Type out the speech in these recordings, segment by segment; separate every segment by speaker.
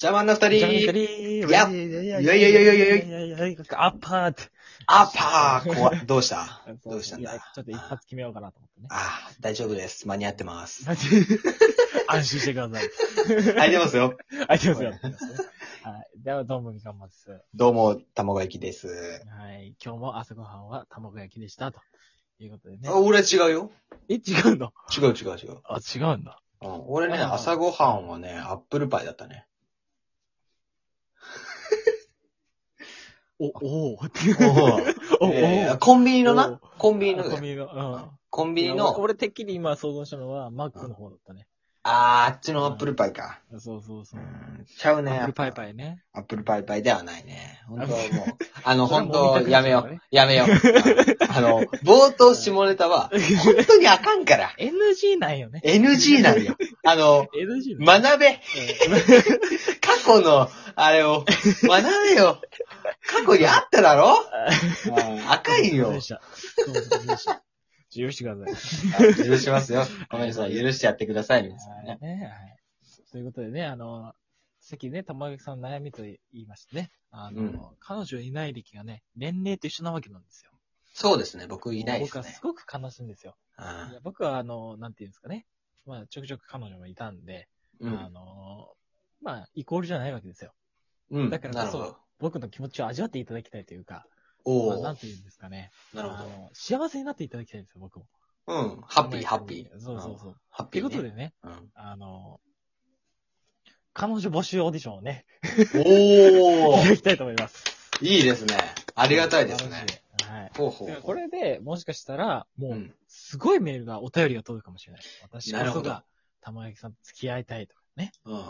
Speaker 1: 邪魔な二人。
Speaker 2: い
Speaker 1: や
Speaker 2: や
Speaker 1: いやいやいやいやいやい
Speaker 2: アッパーって。
Speaker 1: あパー怖い。どうしたどうしたん
Speaker 2: いや
Speaker 1: だ
Speaker 2: ちょっと一発決めようかなと思っ てね。
Speaker 1: あー、大丈夫です。間に合ってます。
Speaker 2: 安心してください。
Speaker 1: 空いてますよ。
Speaker 2: あいきますよ。はい。では、どうもみかんます。は
Speaker 1: どうも、卵焼きです。
Speaker 2: い。今日も朝ごはんは卵焼きでした。ということでね
Speaker 1: あ。俺違うよ。
Speaker 2: え、違うの
Speaker 1: 違う違う違う。
Speaker 2: あ、違うんだ。
Speaker 1: うん、俺ね、
Speaker 2: あー
Speaker 1: 朝ごはんはね、アップルパイだったね。
Speaker 2: お、おお
Speaker 1: おー
Speaker 2: お
Speaker 1: えーコンビニの
Speaker 2: お
Speaker 1: なコン
Speaker 2: コ
Speaker 1: ビニの
Speaker 2: コン
Speaker 1: ね
Speaker 2: ビニの。うん。
Speaker 1: コンビニ
Speaker 2: いや俺
Speaker 1: の、
Speaker 2: 俺てっきり今想像したのは、マックの方だったね。
Speaker 1: あー、あっちのアップルパイか。
Speaker 2: そうそうそうう。
Speaker 1: んちゃう
Speaker 2: ア
Speaker 1: ね。
Speaker 2: ップルパイパイね。
Speaker 1: アップルパイパイではないね。本当はもう、 あの、
Speaker 2: それは
Speaker 1: 本
Speaker 2: も
Speaker 1: 当
Speaker 2: う見たくなっちゃうね
Speaker 1: やめよう。やめよう。あ の、冒頭下ネタは、本当にあかんから。
Speaker 2: NG なんよね。
Speaker 1: NG なんよ。あの、
Speaker 2: NG なんよ
Speaker 1: 学べ。過去の、あれを、学べよ。過去にあっただろ赤い
Speaker 2: どう
Speaker 1: よ
Speaker 2: で。した。どうもどうもでした。許してください。
Speaker 1: 許しますよ。ごめんなさい。許してやってください、皆さん
Speaker 2: は
Speaker 1: ね
Speaker 2: い。ねはい。ということでね、あの、さっきね、玉垣さんの悩みと言いましてね、あの、
Speaker 1: うん
Speaker 2: 彼女いない歴がね、年齢と一緒なわけなんですよ。
Speaker 1: そうですね。僕いないで
Speaker 2: 僕
Speaker 1: す
Speaker 2: は
Speaker 1: ね
Speaker 2: す。ごく悲しいんですよ。いや僕はあの、なんていうんですかね、まあ、ちょくちょく彼女もいたんで、
Speaker 1: うん
Speaker 2: あの、まあ、イコールじゃないわけですよ。
Speaker 1: うん。
Speaker 2: だからこそ
Speaker 1: なるほど。
Speaker 2: 僕の気持ちを味わっていただきたいというか、まあ
Speaker 1: お
Speaker 2: なん
Speaker 1: ー。
Speaker 2: ていうんですかね。
Speaker 1: なる
Speaker 2: あ
Speaker 1: ほ
Speaker 2: の、幸せになっていただきたいんですよ、僕も。
Speaker 1: ど。うん。ハッピー、ハッピー。
Speaker 2: そうそうそう。っ
Speaker 1: ハッピ
Speaker 2: てい
Speaker 1: ー
Speaker 2: う
Speaker 1: ね。
Speaker 2: ことでね、
Speaker 1: うん。
Speaker 2: あの、彼女募集オーディションをね、
Speaker 1: おー
Speaker 2: 開きたいと思います。
Speaker 1: いいですね。あ
Speaker 2: あ
Speaker 1: りがたいですね。。
Speaker 2: はい。
Speaker 1: ほうほうほう。
Speaker 2: これで、もしかしたら、も
Speaker 1: う
Speaker 2: う、
Speaker 1: ん。
Speaker 2: すごいメールが、お便りが届くかもしれない。私
Speaker 1: な
Speaker 2: こ
Speaker 1: る
Speaker 2: そ
Speaker 1: ほど
Speaker 2: が、玉焼きさんと付き合いたいとかね、
Speaker 1: うんうん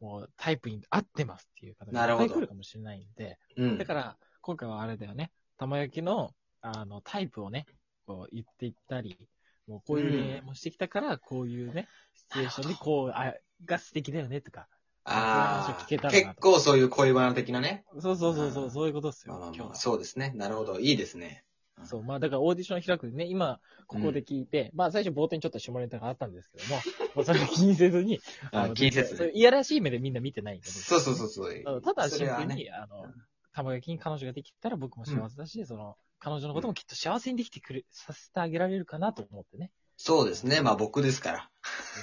Speaker 2: もう、タイプに合ってますっていう方
Speaker 1: な
Speaker 2: がい
Speaker 1: る
Speaker 2: っ
Speaker 1: ほ
Speaker 2: ぱ
Speaker 1: ど
Speaker 2: い来るかもしれないんで、
Speaker 1: うん。うん
Speaker 2: だから、今回はあれだよね、玉焼きの、あの、タイプをね、こう、言っていったり、もう、こういう恋愛もしてきたから、こういうね、シチュエーションで、こう、あ、が素敵だよね、とか。
Speaker 1: あ
Speaker 2: こういう話を聞けた
Speaker 1: あ、
Speaker 2: らなと
Speaker 1: 結構そういう恋バナ的なね。
Speaker 2: そうそうそう
Speaker 1: う
Speaker 2: そ
Speaker 1: ん
Speaker 2: う、そういうことです
Speaker 1: まあ
Speaker 2: よ
Speaker 1: まあ、ま
Speaker 2: 今
Speaker 1: あ
Speaker 2: 日
Speaker 1: そうですね。なるほど。いいですね。
Speaker 2: は。そう、まあ、だからオーディション開くでね、今、ここで聞いて、まあ、最初冒頭にちょっと下ネタがあったんですけども、 もうそれを気にせずに、
Speaker 1: あ
Speaker 2: の
Speaker 1: 気にせず
Speaker 2: そう
Speaker 1: ね。
Speaker 2: いやらしい目でみんな見てないんで。
Speaker 1: そうそうそうそう。
Speaker 2: あのただ、シ
Speaker 1: そ
Speaker 2: ンプ
Speaker 1: れは
Speaker 2: ル
Speaker 1: ね
Speaker 2: に、あの、玉焼きに彼女ができたら僕も幸せだし、その、彼女のこともきっと幸せにできてくれ、させてあげられるかなと思ってね。
Speaker 1: そうですね。まあ僕ですか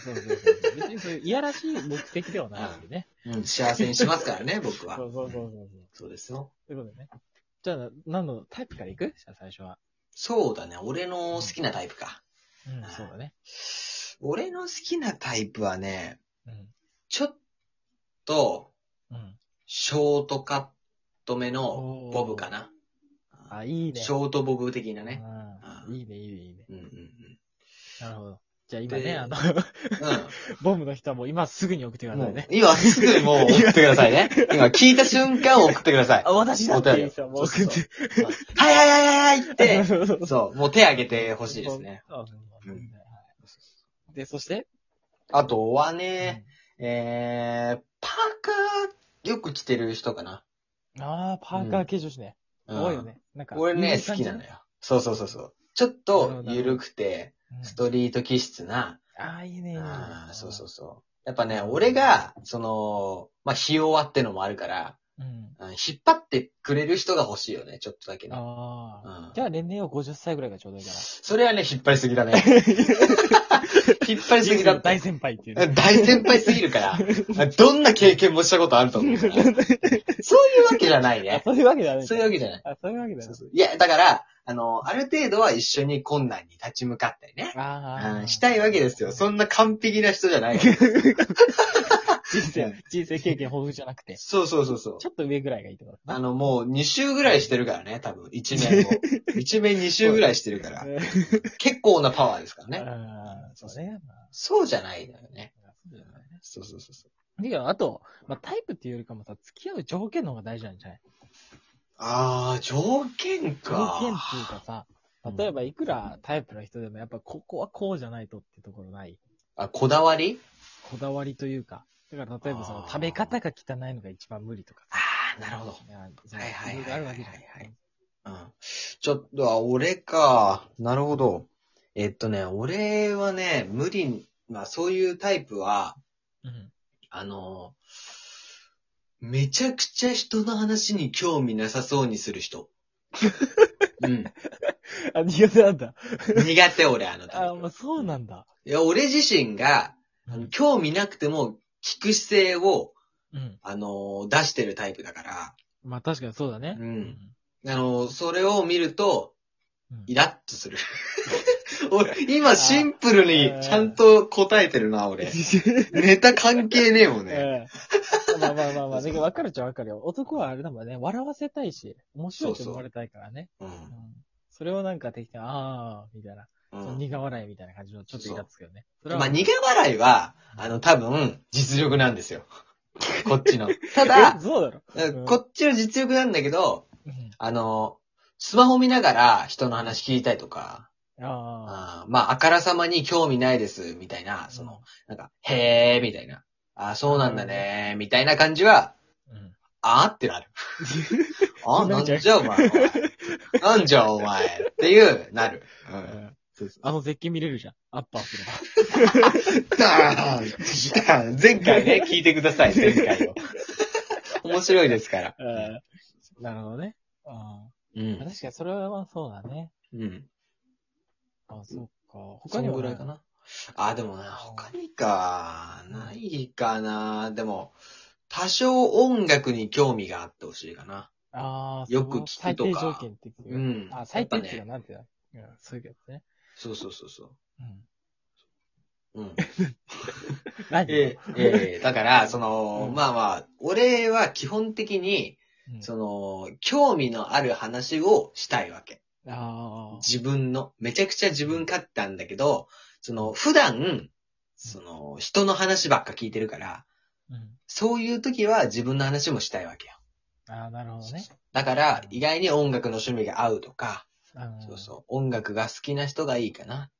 Speaker 2: そうそうそう。別にそういういやらしい目的ではないんでね。
Speaker 1: ら。うん。幸せにしますからね、僕は。
Speaker 2: そうそうそうそう。
Speaker 1: ん。そうですよ。
Speaker 2: ということでね。じゃあ、何のタイプからいくじゃあ最初は。
Speaker 1: そうだね。俺の好きなタイプか。
Speaker 2: うん、そうだね。
Speaker 1: 俺の好きなタイプはね、
Speaker 2: うん。
Speaker 1: ちょっと、
Speaker 2: うん。
Speaker 1: ショートカットめのボブかな。
Speaker 2: あ、いいね。
Speaker 1: ショートボブ的なね。う
Speaker 2: う
Speaker 1: ん
Speaker 2: ん。いいね、いいね、いいね。
Speaker 1: うんうんうん。
Speaker 2: なるほど。じゃあ今
Speaker 1: で
Speaker 2: ね、あの、
Speaker 1: うん。
Speaker 2: ボムの人はもう今すぐに送ってくださ
Speaker 1: も
Speaker 2: いうね。
Speaker 1: 今すぐもう送ってくださいね。今聞いた瞬間送ってくだ さい。
Speaker 2: あ、私だっていいさ、もう
Speaker 1: お
Speaker 2: 送
Speaker 1: 便りを
Speaker 2: って。
Speaker 1: はいはいはいはいはい って、
Speaker 2: そうそうそう
Speaker 1: そう、もう手挙げてほしいですね。。
Speaker 2: そうそうそううんで、そして、
Speaker 1: あとはね、えー、パーカーよく着てる人かな。
Speaker 2: うんああ、パーカー系女子ね。
Speaker 1: うん
Speaker 2: 多いよ。ね。なんか。
Speaker 1: 俺
Speaker 2: い
Speaker 1: ね
Speaker 2: い、
Speaker 1: 好
Speaker 2: 感
Speaker 1: き
Speaker 2: じ
Speaker 1: なの。よ。そうそうそうそう。ちょっと緩くて、
Speaker 2: うん
Speaker 1: ストリート気質な、
Speaker 2: ああ、いいね、いいね。
Speaker 1: あーそうそうそう。やっぱね、俺が、その、まあ、ひ弱ってのもあるから、
Speaker 2: う。うん。
Speaker 1: うん引っ張ってくれる人が欲しいよね、ちょっとだけね。
Speaker 2: ああ。
Speaker 1: うん
Speaker 2: じゃあ、年齢を50歳ぐらいがちょうどいいか
Speaker 1: それはね、引っ張りすぎ だね。引っ張
Speaker 2: ら。
Speaker 1: りすぎだって。
Speaker 2: 大先輩っていうね。
Speaker 1: 大先輩すぎる から、どんな経験もしたことあると思うから。そういうわけじゃない
Speaker 2: あ
Speaker 1: ね。
Speaker 2: そういうわけだね。
Speaker 1: そういうわけじゃない。
Speaker 2: あ、そういうわけだ
Speaker 1: そう
Speaker 2: ね。
Speaker 1: そういや、だから、あの、ある程度は一緒に困難に立ち向かったりね。
Speaker 2: あ
Speaker 1: う
Speaker 2: あ。
Speaker 1: んしたいわけですよ。そんな完璧な人じゃない。
Speaker 2: 人生、人生経験豊富じゃなくて。
Speaker 1: そうそうそうそう
Speaker 2: ち。ょっと上ぐらいがいいってこと
Speaker 1: あの、もう2周ぐらいしてるからね、多分。1面 を。1面2周ぐらいしてるから。
Speaker 2: ね。
Speaker 1: 結構なパワーですからね。
Speaker 2: ああ、そうね。まあ
Speaker 1: そうじゃないのよね。
Speaker 2: そうだよね
Speaker 1: そうそうそうそう。
Speaker 2: いや、あと、まあ、タイプっていうよりかもさ、付き合う条件の方が大事なんじゃない
Speaker 1: あー、条件
Speaker 2: 条
Speaker 1: か。
Speaker 2: 件っていうかさ
Speaker 1: うん、
Speaker 2: 例えばいくらタイプの人でもやっぱここはこうじゃないとってところない。
Speaker 1: あ、こだわり
Speaker 2: こだわりというか。だから例えばそ
Speaker 1: あー
Speaker 2: の食べ方が汚いのが一番無理とかさ。
Speaker 1: あー、なるほど。
Speaker 2: やその
Speaker 1: はいはいはい
Speaker 2: ろろあるわけじゃな。
Speaker 1: はいはいうん。ちょっと、あ、俺か。なるほど。えっとね、俺はね、無理に、まあそういうタイプは、
Speaker 2: うん。
Speaker 1: あの、めちゃくちゃ人の話に興味なさそうにする 人。うん。
Speaker 2: あ、苦手なんだ。
Speaker 1: 苦手、俺、あのタイ
Speaker 2: あ、
Speaker 1: プ
Speaker 2: まあ、そうなんだ。
Speaker 1: いや、俺自身が、あの興味なくても聞く姿勢を、
Speaker 2: うん。
Speaker 1: あのー出してるタイプだか
Speaker 2: まあ、確かにそうだね。
Speaker 1: うんら、あのーそれを見ると、
Speaker 2: うん
Speaker 1: イラッとする。 俺、今シンプルにちゃんと答えてるな、俺。ネタ関係ねえもんね。
Speaker 2: ええまあまあまあまあ、でも分かるっちゃ分かるよ。男はあれだもんね、笑わせたいし、面白いと思われたいからね。
Speaker 1: うん
Speaker 2: そうん、それをなんか適当に、ああ、みたいな、
Speaker 1: うん
Speaker 2: その苦笑いみたいな感じのちょっとイラつくよね。それは
Speaker 1: まあ、苦笑いは、あの、多分、実力なんですよ。こっち の。た
Speaker 2: え
Speaker 1: だ、
Speaker 2: そうだろ。うん
Speaker 1: こっちの実力なんだけど、
Speaker 2: うん
Speaker 1: あの、スマホ見ながら人の話聞いたりとか、
Speaker 2: ああ。
Speaker 1: あーまあ、あからさまに興味ないです、みたいな、その、なんか、へー、みたいな。あーそうなんだねー、みたいな感じは、
Speaker 2: うん。
Speaker 1: あーって なる。あー
Speaker 2: な
Speaker 1: なんん
Speaker 2: じ
Speaker 1: じ
Speaker 2: ゃ
Speaker 1: ゃお前。お前なんじゃお前。っていう、なる。う。
Speaker 2: うんんあの絶景見れるじゃん。アッパーす れば。
Speaker 1: ダーン前回ね、 聞いてください、前回 を。面白いですから。
Speaker 2: うんなるほどね。あ
Speaker 1: う
Speaker 2: あ
Speaker 1: ん。
Speaker 2: 確かにそれはそうだね。
Speaker 1: うん。
Speaker 2: あそうか。
Speaker 1: 他
Speaker 2: 他
Speaker 1: に
Speaker 2: に
Speaker 1: も
Speaker 2: も
Speaker 1: ぐらいか。な。あ、でもな、他にか、ないかな。でも、多少音楽に興味があってほしいかな。
Speaker 2: ああ、
Speaker 1: よく聞くとか
Speaker 2: その最低条件って言って
Speaker 1: う
Speaker 2: る
Speaker 1: ん。
Speaker 2: あ、最低っていう
Speaker 1: や
Speaker 2: の
Speaker 1: っぱね。
Speaker 2: はなんていうの、うんそういうやつね。
Speaker 1: そうそうそうそ
Speaker 2: う
Speaker 1: う。う
Speaker 2: ん。
Speaker 1: ん。
Speaker 2: 何
Speaker 1: ええ、ええ、だから、その、
Speaker 2: うん
Speaker 1: まあまあ、俺は基本的に、
Speaker 2: うん
Speaker 1: その、興味のある話をしたいわけ。
Speaker 2: あ
Speaker 1: 自分の、めちゃくちゃ自分勝手なんだけど、その、普段、その、人の話ばっか聞いてるから、
Speaker 2: あ。うん。
Speaker 1: そういう時は自分の話もしたいわけよ。
Speaker 2: ああ、なるほどね。
Speaker 1: だから、意外に音楽の趣味が合うとか、そう
Speaker 2: う
Speaker 1: そう、音楽が好きな人がいいかな。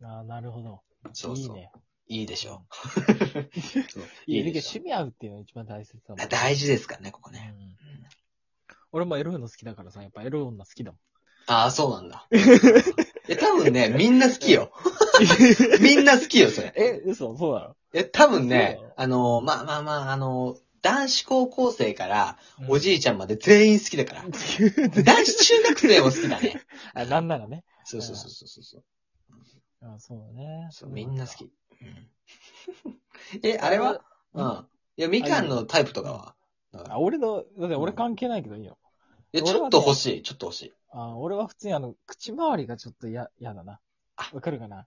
Speaker 2: ん。ああ、なるほど。
Speaker 1: そう
Speaker 2: いい
Speaker 1: そう。
Speaker 2: ね。
Speaker 1: いいでし ょう。そう
Speaker 2: いいね。
Speaker 1: で
Speaker 2: けど
Speaker 1: し
Speaker 2: 趣味合うっていうのが一番大切だ
Speaker 1: ょ
Speaker 2: もん
Speaker 1: う
Speaker 2: ね。
Speaker 1: あ大事ですからね、ここね。
Speaker 2: うん俺もエロいの好きだからさ、やっぱエロい女好 きだもん。
Speaker 1: ああ、そうなん だ。いや、多分ね、みんな好きよ。みんな好きよ、それ。
Speaker 2: え、嘘そうだろ
Speaker 1: え、多分ね
Speaker 2: そう、
Speaker 1: あの、まあまあまあ、あの、男子高校生から
Speaker 2: うん
Speaker 1: おじいちゃんまで全員好きだから。男子中学生も好きだ ね。
Speaker 2: あ、なんならね。
Speaker 1: そうそうそうそうそう。
Speaker 2: あそうだね。
Speaker 1: そうみんな好き。うんえ、あれは
Speaker 2: う
Speaker 1: うんん。いや、みかんのタイプとかはだから
Speaker 2: あ、俺の、だって俺関係ないけどいいよ。
Speaker 1: いや、
Speaker 2: 俺はね
Speaker 1: ちょっと欲しい、ちょっと欲しい。
Speaker 2: あ俺は普通にあの、口周りがちょっと嫌、嫌だな
Speaker 1: あ。
Speaker 2: わかるかな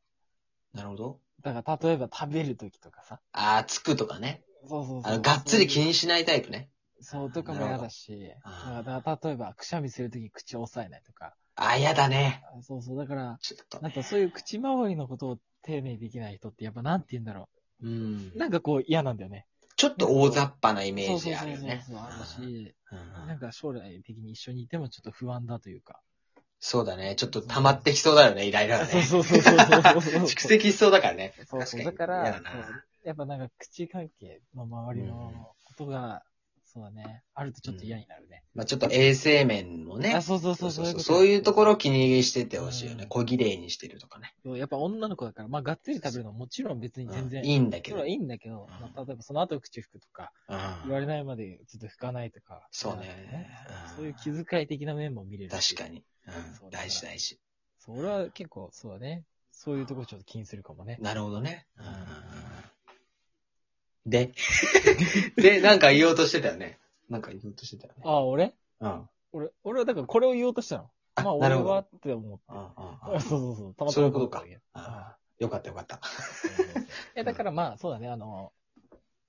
Speaker 1: なるほど。
Speaker 2: だから、例えば食べるときとかさ。
Speaker 1: あー、つくとかね。
Speaker 2: そうそうそう。
Speaker 1: あの、がっつり気にしないタイプね。
Speaker 2: そう、とかも嫌だし。
Speaker 1: なるほどあー
Speaker 2: だから、例えば、くしゃみするとき口を押さえないとか。
Speaker 1: あー、やだね。
Speaker 2: あそうそう、だから、
Speaker 1: ちょっと
Speaker 2: なんかそういう口周りのことを丁寧にできない人って、やっぱなんて言うんだろ
Speaker 1: うん
Speaker 2: う。なんかこう嫌なんだよね。
Speaker 1: ちょっと大雑把なイメ
Speaker 2: そ
Speaker 1: ー
Speaker 2: うそう
Speaker 1: ジ
Speaker 2: そ
Speaker 1: あ
Speaker 2: う
Speaker 1: るよ
Speaker 2: そう
Speaker 1: ね。
Speaker 2: そう。あるし、
Speaker 1: うんうん
Speaker 2: なんか将来的に一緒にいてもちょっと不安だというか。
Speaker 1: そうだね。ちょっと溜まってき そうだよね、イライラが
Speaker 2: そう
Speaker 1: ね。
Speaker 2: そうそうそうそうそう。
Speaker 1: 蓄積しそうだからね。
Speaker 2: そう
Speaker 1: 確か
Speaker 2: そう。
Speaker 1: に
Speaker 2: だから、
Speaker 1: 嫌
Speaker 2: そ
Speaker 1: だな
Speaker 2: うやっぱなんか口関係の周り
Speaker 1: うん
Speaker 2: のことが、そうだね。あるとちょっと嫌になるね。
Speaker 1: まあちょっと衛生面もね
Speaker 2: あ、。そうそうそ
Speaker 1: そううそうそう。
Speaker 2: と
Speaker 1: そういうところを気にしててほしいよ
Speaker 2: う
Speaker 1: ね
Speaker 2: ん。
Speaker 1: 小綺麗にしてるとかね。
Speaker 2: そうやっぱ女の子だから、まあがっつり食べるのはもちろん別に全
Speaker 1: う
Speaker 2: 然、
Speaker 1: んいいんだけ
Speaker 2: そ
Speaker 1: ど
Speaker 2: れは。いいんだけど、
Speaker 1: うん
Speaker 2: まあ例えばその後口拭くとか、
Speaker 1: うん
Speaker 2: 言われないまでずっと拭かないとか。
Speaker 1: そうねうん
Speaker 2: そういう気遣い的な面も見れる。
Speaker 1: 確か。に。う
Speaker 2: そうんだから
Speaker 1: 大事大事。
Speaker 2: そう、俺は結構そうだね。そういうところちょっと気にするかもね。
Speaker 1: なるほどね。うんで、で、なんか言おうとしてたよね。なんか言おうとしてたよね。
Speaker 2: ああ、俺
Speaker 1: うん
Speaker 2: 俺、俺はだからこれを言おうとしたの。まあ
Speaker 1: な
Speaker 2: 俺
Speaker 1: るほ
Speaker 2: は
Speaker 1: ど
Speaker 2: って思っ
Speaker 1: うんうん
Speaker 2: て。 そうそうそう。たまたま
Speaker 1: そういうことか
Speaker 2: い
Speaker 1: うんよかったよかった。
Speaker 2: や、だからまあそうだね、あの、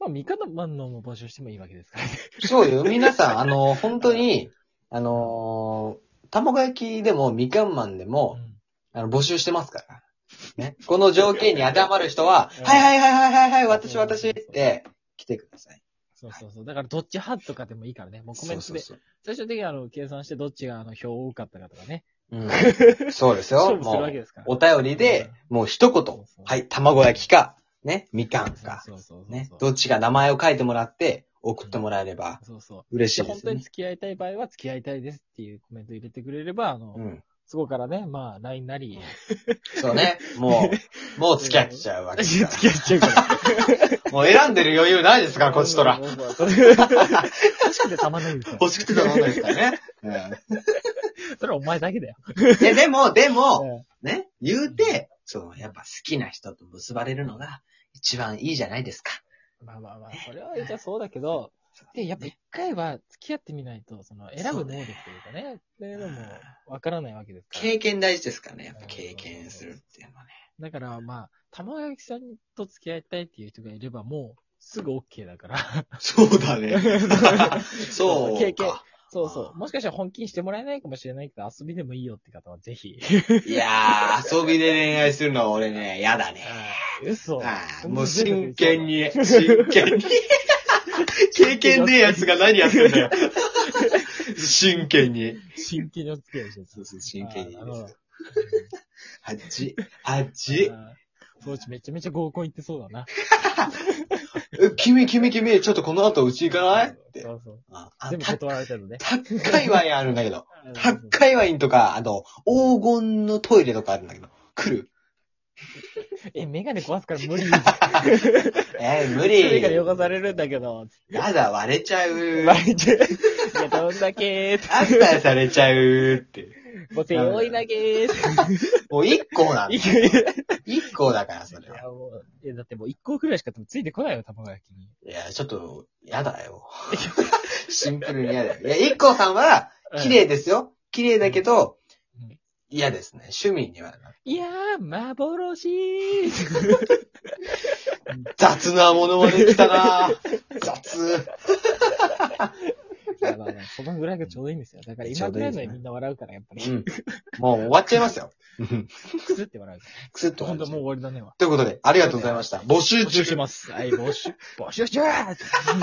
Speaker 2: まあ味方マンのも募集してもいいわけですからね。
Speaker 1: そうよ。皆さん、あの、本当に、あのー、卵焼きでも、みかんマンでも、あの、募集してますから。ね。この条件に当てはまる人は、
Speaker 2: うん
Speaker 1: はいはいはいはいはいはい、私
Speaker 2: うん
Speaker 1: 私って、来てください。
Speaker 2: そうそうそう。だからどっち派とかでもいいからね。もうコメントで、
Speaker 1: そうそう
Speaker 2: 最終的にあの、計算してどっちがあの、票多かったかとかね。
Speaker 1: そううんそうです
Speaker 2: 勝
Speaker 1: よ。
Speaker 2: 負す
Speaker 1: も
Speaker 2: るわけ
Speaker 1: う、
Speaker 2: ですから。
Speaker 1: お便りで、もう一
Speaker 2: そうそう
Speaker 1: 言。はい、卵焼きか、ね、みかんか、
Speaker 2: そうそうそうそう。
Speaker 1: ね、どっちが名前を書いてもらって、送ってもらえれば
Speaker 2: そうそう。
Speaker 1: 嬉し
Speaker 2: で
Speaker 1: いで
Speaker 2: 本
Speaker 1: す
Speaker 2: 当に
Speaker 1: ね。
Speaker 2: 付き合いたい場合は付き合いたいですっていうコメント入れてくれれば、あの、
Speaker 1: うん。
Speaker 2: そこからね、まあ、LINE なり、
Speaker 1: そうね。も う、もう付き合っちゃうわけで
Speaker 2: 付
Speaker 1: す
Speaker 2: き合
Speaker 1: か
Speaker 2: っ ちゃうから。
Speaker 1: ら。もう選んでる余裕ないですから、こっちと ら。
Speaker 2: もうもうそれ欲しくてたまんないですよ。
Speaker 1: 欲しくて頼んだですからね。
Speaker 2: それはお前だけだよ。
Speaker 1: いや、でも、でも、
Speaker 2: うん
Speaker 1: ね、言うて、その、やっぱ好きな人と結ばれるのが一番いいじゃないですか。
Speaker 2: まあまあまあ、それは一応そうだけど、で、やっぱ一回は付き合ってみないと、その、選ぶ能力というかね、そういうのもわからないわけですから。
Speaker 1: 経験大事ですからね。やっぱ経験するっていうのはね。
Speaker 2: だからまあ、玉垣さんと付き合いたいっていう人がいれば、もう、すぐ OK だから。
Speaker 1: そうだね。
Speaker 2: そ
Speaker 1: そうか。
Speaker 2: うか経験そうそ
Speaker 1: あ
Speaker 2: う。もしかしたら本気にしてもらえないかもしれないけど、遊びでもいいよって方はぜひ。
Speaker 1: いやー、遊びで恋愛するのは俺ね、やだね。
Speaker 2: 嘘。
Speaker 1: はい。もう真剣。に、真剣 に。経験ねえやつが何やってん だよ。真剣に。
Speaker 2: 真剣にお付き合いしてる
Speaker 1: そうそう、真剣に
Speaker 2: あ。の
Speaker 1: あっち、あっち。
Speaker 2: あーそうちめちゃめちゃ合コン行ってそうだな。
Speaker 1: え君、君、君、ちょっとこの後うち行かないって。
Speaker 2: そうそう。
Speaker 1: あ、あ
Speaker 2: 全部
Speaker 1: た
Speaker 2: 断られたのね。
Speaker 1: 高いワインあるんだけど。高い
Speaker 2: わ。
Speaker 1: ワインとか、あと、黄金のトイレとかあるんだけど。来る
Speaker 2: え、メガネ壊すから無理。
Speaker 1: えー無
Speaker 2: メガネ
Speaker 1: 理。
Speaker 2: 汚されるんだけど。
Speaker 1: やだ、割れちゃう。
Speaker 2: 毎日。いや、どんだけーって。
Speaker 1: アフターされちゃうって。
Speaker 2: もう背負い投げーって。
Speaker 1: もう一個なんだ。
Speaker 2: い
Speaker 1: 一個だから、それは。
Speaker 2: や、もう、いやだってもう一個くらいしか多分ついてこないよ、卵焼きに。
Speaker 1: いや、ちょっと、やだ よ。シンプルに嫌だよ。いや、一個さんは、綺麗ですよ。綺麗だけど
Speaker 2: うん、
Speaker 1: 嫌ですね。趣味にはな。
Speaker 2: いやー、幻ー
Speaker 1: 雑なものまで来た な雑。
Speaker 2: まあまあまあそのぐらいがちょうどいいんですよ。だから
Speaker 1: ちょ
Speaker 2: 今
Speaker 1: う
Speaker 2: ぐ
Speaker 1: どい
Speaker 2: ら
Speaker 1: いです
Speaker 2: い
Speaker 1: ね
Speaker 2: のにみんな笑うから、やっぱり
Speaker 1: う。ん。もう終わっちゃいますよ。
Speaker 2: くすって笑うか
Speaker 1: くすっと
Speaker 2: ら。ほ
Speaker 1: 終わっ
Speaker 2: んと
Speaker 1: ちゃ
Speaker 2: も
Speaker 1: う。
Speaker 2: う終わりだねわ。
Speaker 1: ということで、ありがとうございました。募集
Speaker 2: 募集し
Speaker 1: 中。
Speaker 2: ます。はい、募集。募集中